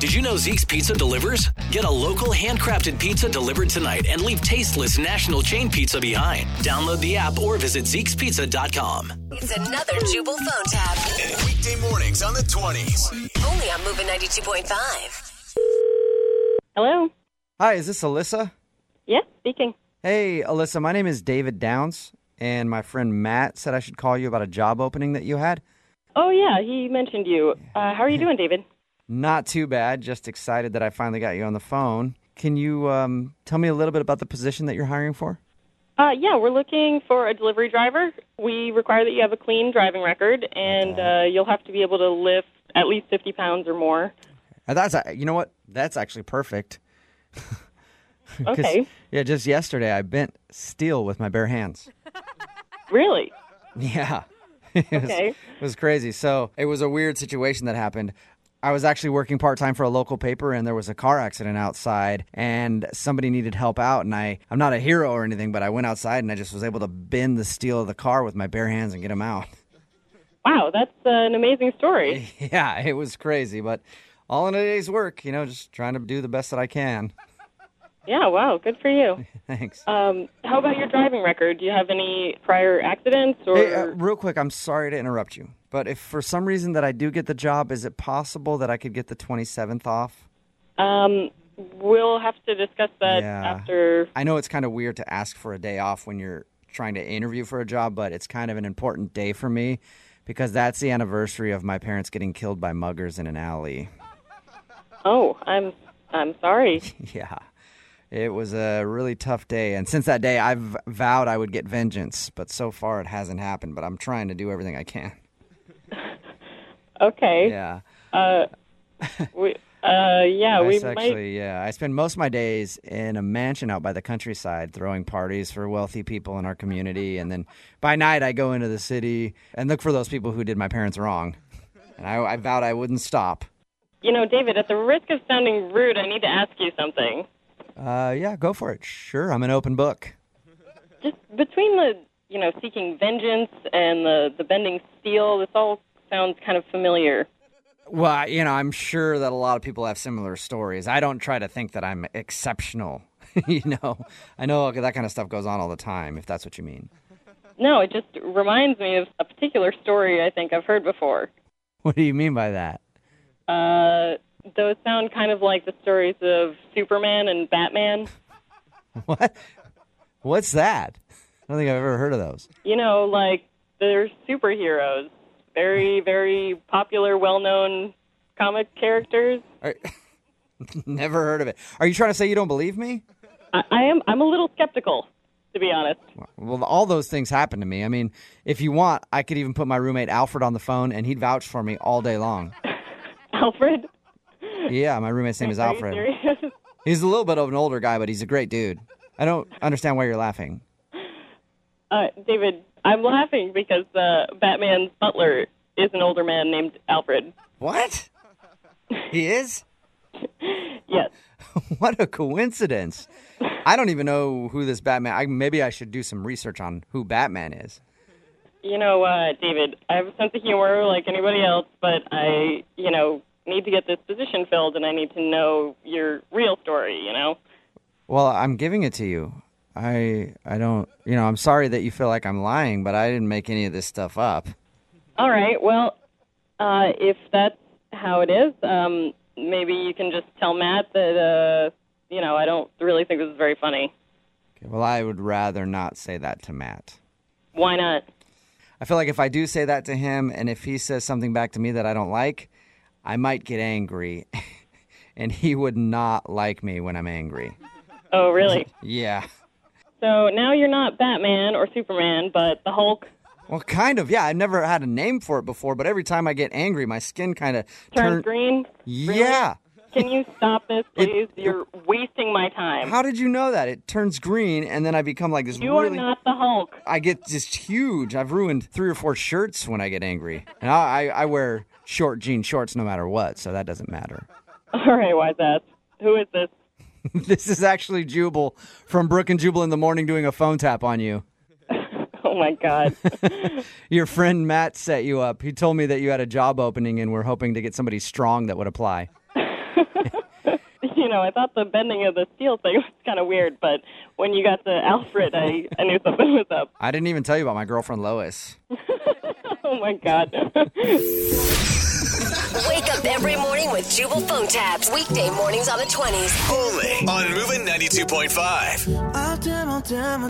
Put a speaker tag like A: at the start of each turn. A: Did you know Zeke's Pizza delivers? Get a local handcrafted pizza delivered tonight and leave tasteless national chain pizza behind. Download the app or visit Zeke'sPizza.com.
B: It's another Jubal phone tab.
C: Weekday mornings on the 20s.
B: Only on Moving 92.5.
D: Hello.
E: Hi, is this Alyssa?
D: Yes, speaking.
E: Hey, Alyssa, my name is David Downs, and my friend Matt said I should call you about a job opening that you had.
D: Oh yeah, he mentioned you. Uh, how are you doing, David?
E: Not too bad, just excited that I finally got you on the phone. Can you um, tell me a little bit about the position that you're hiring for?
D: Uh, yeah, we're looking for a delivery driver. We require that you have a clean driving record, and uh, you'll have to be able to lift at least fifty pounds or more.
E: Uh, That's uh, you know what? That's actually perfect. 'Cause-
D: Okay.
E: Yeah, just yesterday I bent steel with my bare hands.
D: Really?
E: Yeah. it was,
D: Okay.
E: It was crazy. So it was a weird situation that happened. I was actually working part time for a local paper, and there was a car accident outside, and somebody needed help out. And I, I'm not a hero or anything, but I went outside and I just was able to bend the steel of the car with my bare hands and get him out.
D: Wow, that's uh, an amazing story.
E: yeah, it was crazy, but all in a day's work, you know, just trying to do the best that I can.
D: Yeah, wow, good for you.
E: Thanks.
D: Um, how about your driving record? Do you have any prior accidents or?
E: Hey, uh, real quick, I'm sorry to interrupt you, but if for some reason that I do get the job, is it possible that I could get the 27th off?
D: Um, we'll have to discuss that
E: uh, Yeah.
D: after.
E: I know it's kind of weird to ask for a day off when you're trying to interview for a job, but it's kind of an important day for me because that's the anniversary of my parents getting killed by muggers in an alley.
D: Oh, I'm I'm sorry.
E: Yeah. It was a really tough day. And since that day, I've vowed I would get vengeance, but so far it hasn't happened. But I'm trying to do everything I can.
D: Okay.
E: Yeah.
D: We, uh, yeah, we
E: That's
D: might.
E: actually, yeah. I spend most of my days in a mansion out by the countryside throwing parties for wealthy people in our community. And then by night, I go into the city and look for those people who did my parents wrong. And I, I vowed I wouldn't stop.
D: You know, David, at the risk of sounding rude, I need to ask you something.
E: Uh, yeah, go for it. Sure, I'm an open book.
D: Just between the, you know, seeking vengeance and the, the bending steel, this all sounds kind of familiar.
E: Well, I- you know, I'm sure that a lot of people have similar stories. I don't try to think that I'm exceptional. you know, I know that kind of stuff goes on all the time, if that's what you mean.
D: No, it just reminds me of a particular story I think I've heard before.
E: What do you mean by that?
D: Uh, those sound kind of like the stories of Superman and Batman.
E: What? What's that? I don't think I've ever heard of those.
D: You know, like they're superheroes, very, very popular, well known comic characters.
E: Are- Never heard of it. Are you trying to say you don't believe me?
D: I, I am I'm a little skeptical, to be honest.
E: Well, all those things happen to me. I mean, if you want, I could even put my roommate Alfred on the phone and he'd vouch for me all day long.
D: Alfred,
E: Yeah, my roommate's name is
D: are
E: Alfred.
D: you serious?
E: He's a little bit of an older guy, but he's a great dude. I don't understand why you're laughing.
D: Uh, David, I'm laughing because uh, Batman's butler is an older man named Alfred.
E: What? He is?
D: Yes.
E: What a coincidence. I don't even know who this Batman I maybe I should do some research on who Batman is.
D: You know, uh, David, I have a sense of humor like anybody else, but I, you know, need to get this position filled and I need to know your real story, you know?
E: Well, I'm giving it to you. I I don't, you know, I'm sorry that you feel like I'm lying, but I didn't make any of this stuff up.
D: All right. Well, uh, if that's how it is, um, maybe you can just tell Matt that, uh, you know, I don't really think this is very funny.
E: Okay, well, I would rather not say that to Matt.
D: Why not?
E: I feel like if I do say that to him and if he says something back to me that I don't like, I might get angry. and he would not like me when I'm angry.
D: Oh, really?
E: Yeah.
D: So now you're not Batman or Superman, but the Hulk
E: Well, kind of. Yeah, I've never had a name for it before, but every time I get angry, my skin kind of
D: turns
E: turns
D: green.
E: Yeah.
D: Can you stop this,
E: It-
D: please? you're wasting my time.
E: How did you know that? It turns green and then I become like this
D: you
E: really
D: are not the Hulk.
E: I get just huge. I've ruined three or four shirts when I get angry. And I, I, I wear short jean shorts no matter what, so that doesn't matter.
D: All right, wise ass. Who is this?
E: this is actually Jubal from Brook and Jubal in the Morning doing a phone tap on you.
D: Oh my God.
E: Your friend Matt set you up. He told me that you had a job opening and we're hoping to get somebody strong that would apply.
D: you know, I thought the bending of the steel thing was kind of weird, but when you got to Alfred, I, I knew something was up.
E: I didn't even tell you about my girlfriend Lois.
D: Oh my God.
B: Wake up every morning with Jubal phone tabs. Weekday mornings on the 20s.
C: Only on Moving 92.5.